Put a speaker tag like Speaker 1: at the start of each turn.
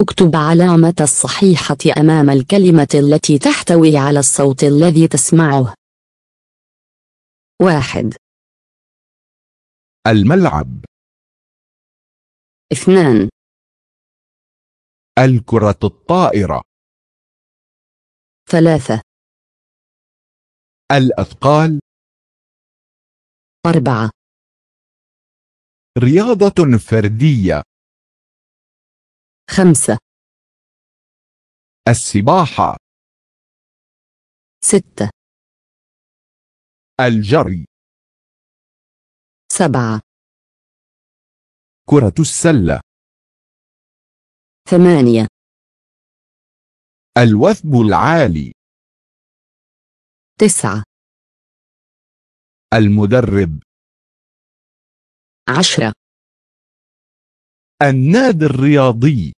Speaker 1: اكتب علامة الصحيحة أمام الكلمة التي تحتوي على الصوت الذي تسمعه. واحد،
Speaker 2: الملعب
Speaker 1: اثنان،
Speaker 2: الكرة الطائرة
Speaker 1: ثلاثة،
Speaker 2: الأثقال
Speaker 1: أربعة،
Speaker 2: رياضة فردية
Speaker 1: خمسة،
Speaker 2: السباحة
Speaker 1: ستة،
Speaker 2: الجري
Speaker 1: سبعة،
Speaker 2: كرة السلة
Speaker 1: ثمانية،
Speaker 2: الوثب العالي
Speaker 1: تسعة،
Speaker 2: المدرب
Speaker 1: عشرة.
Speaker 2: النادي الرياضي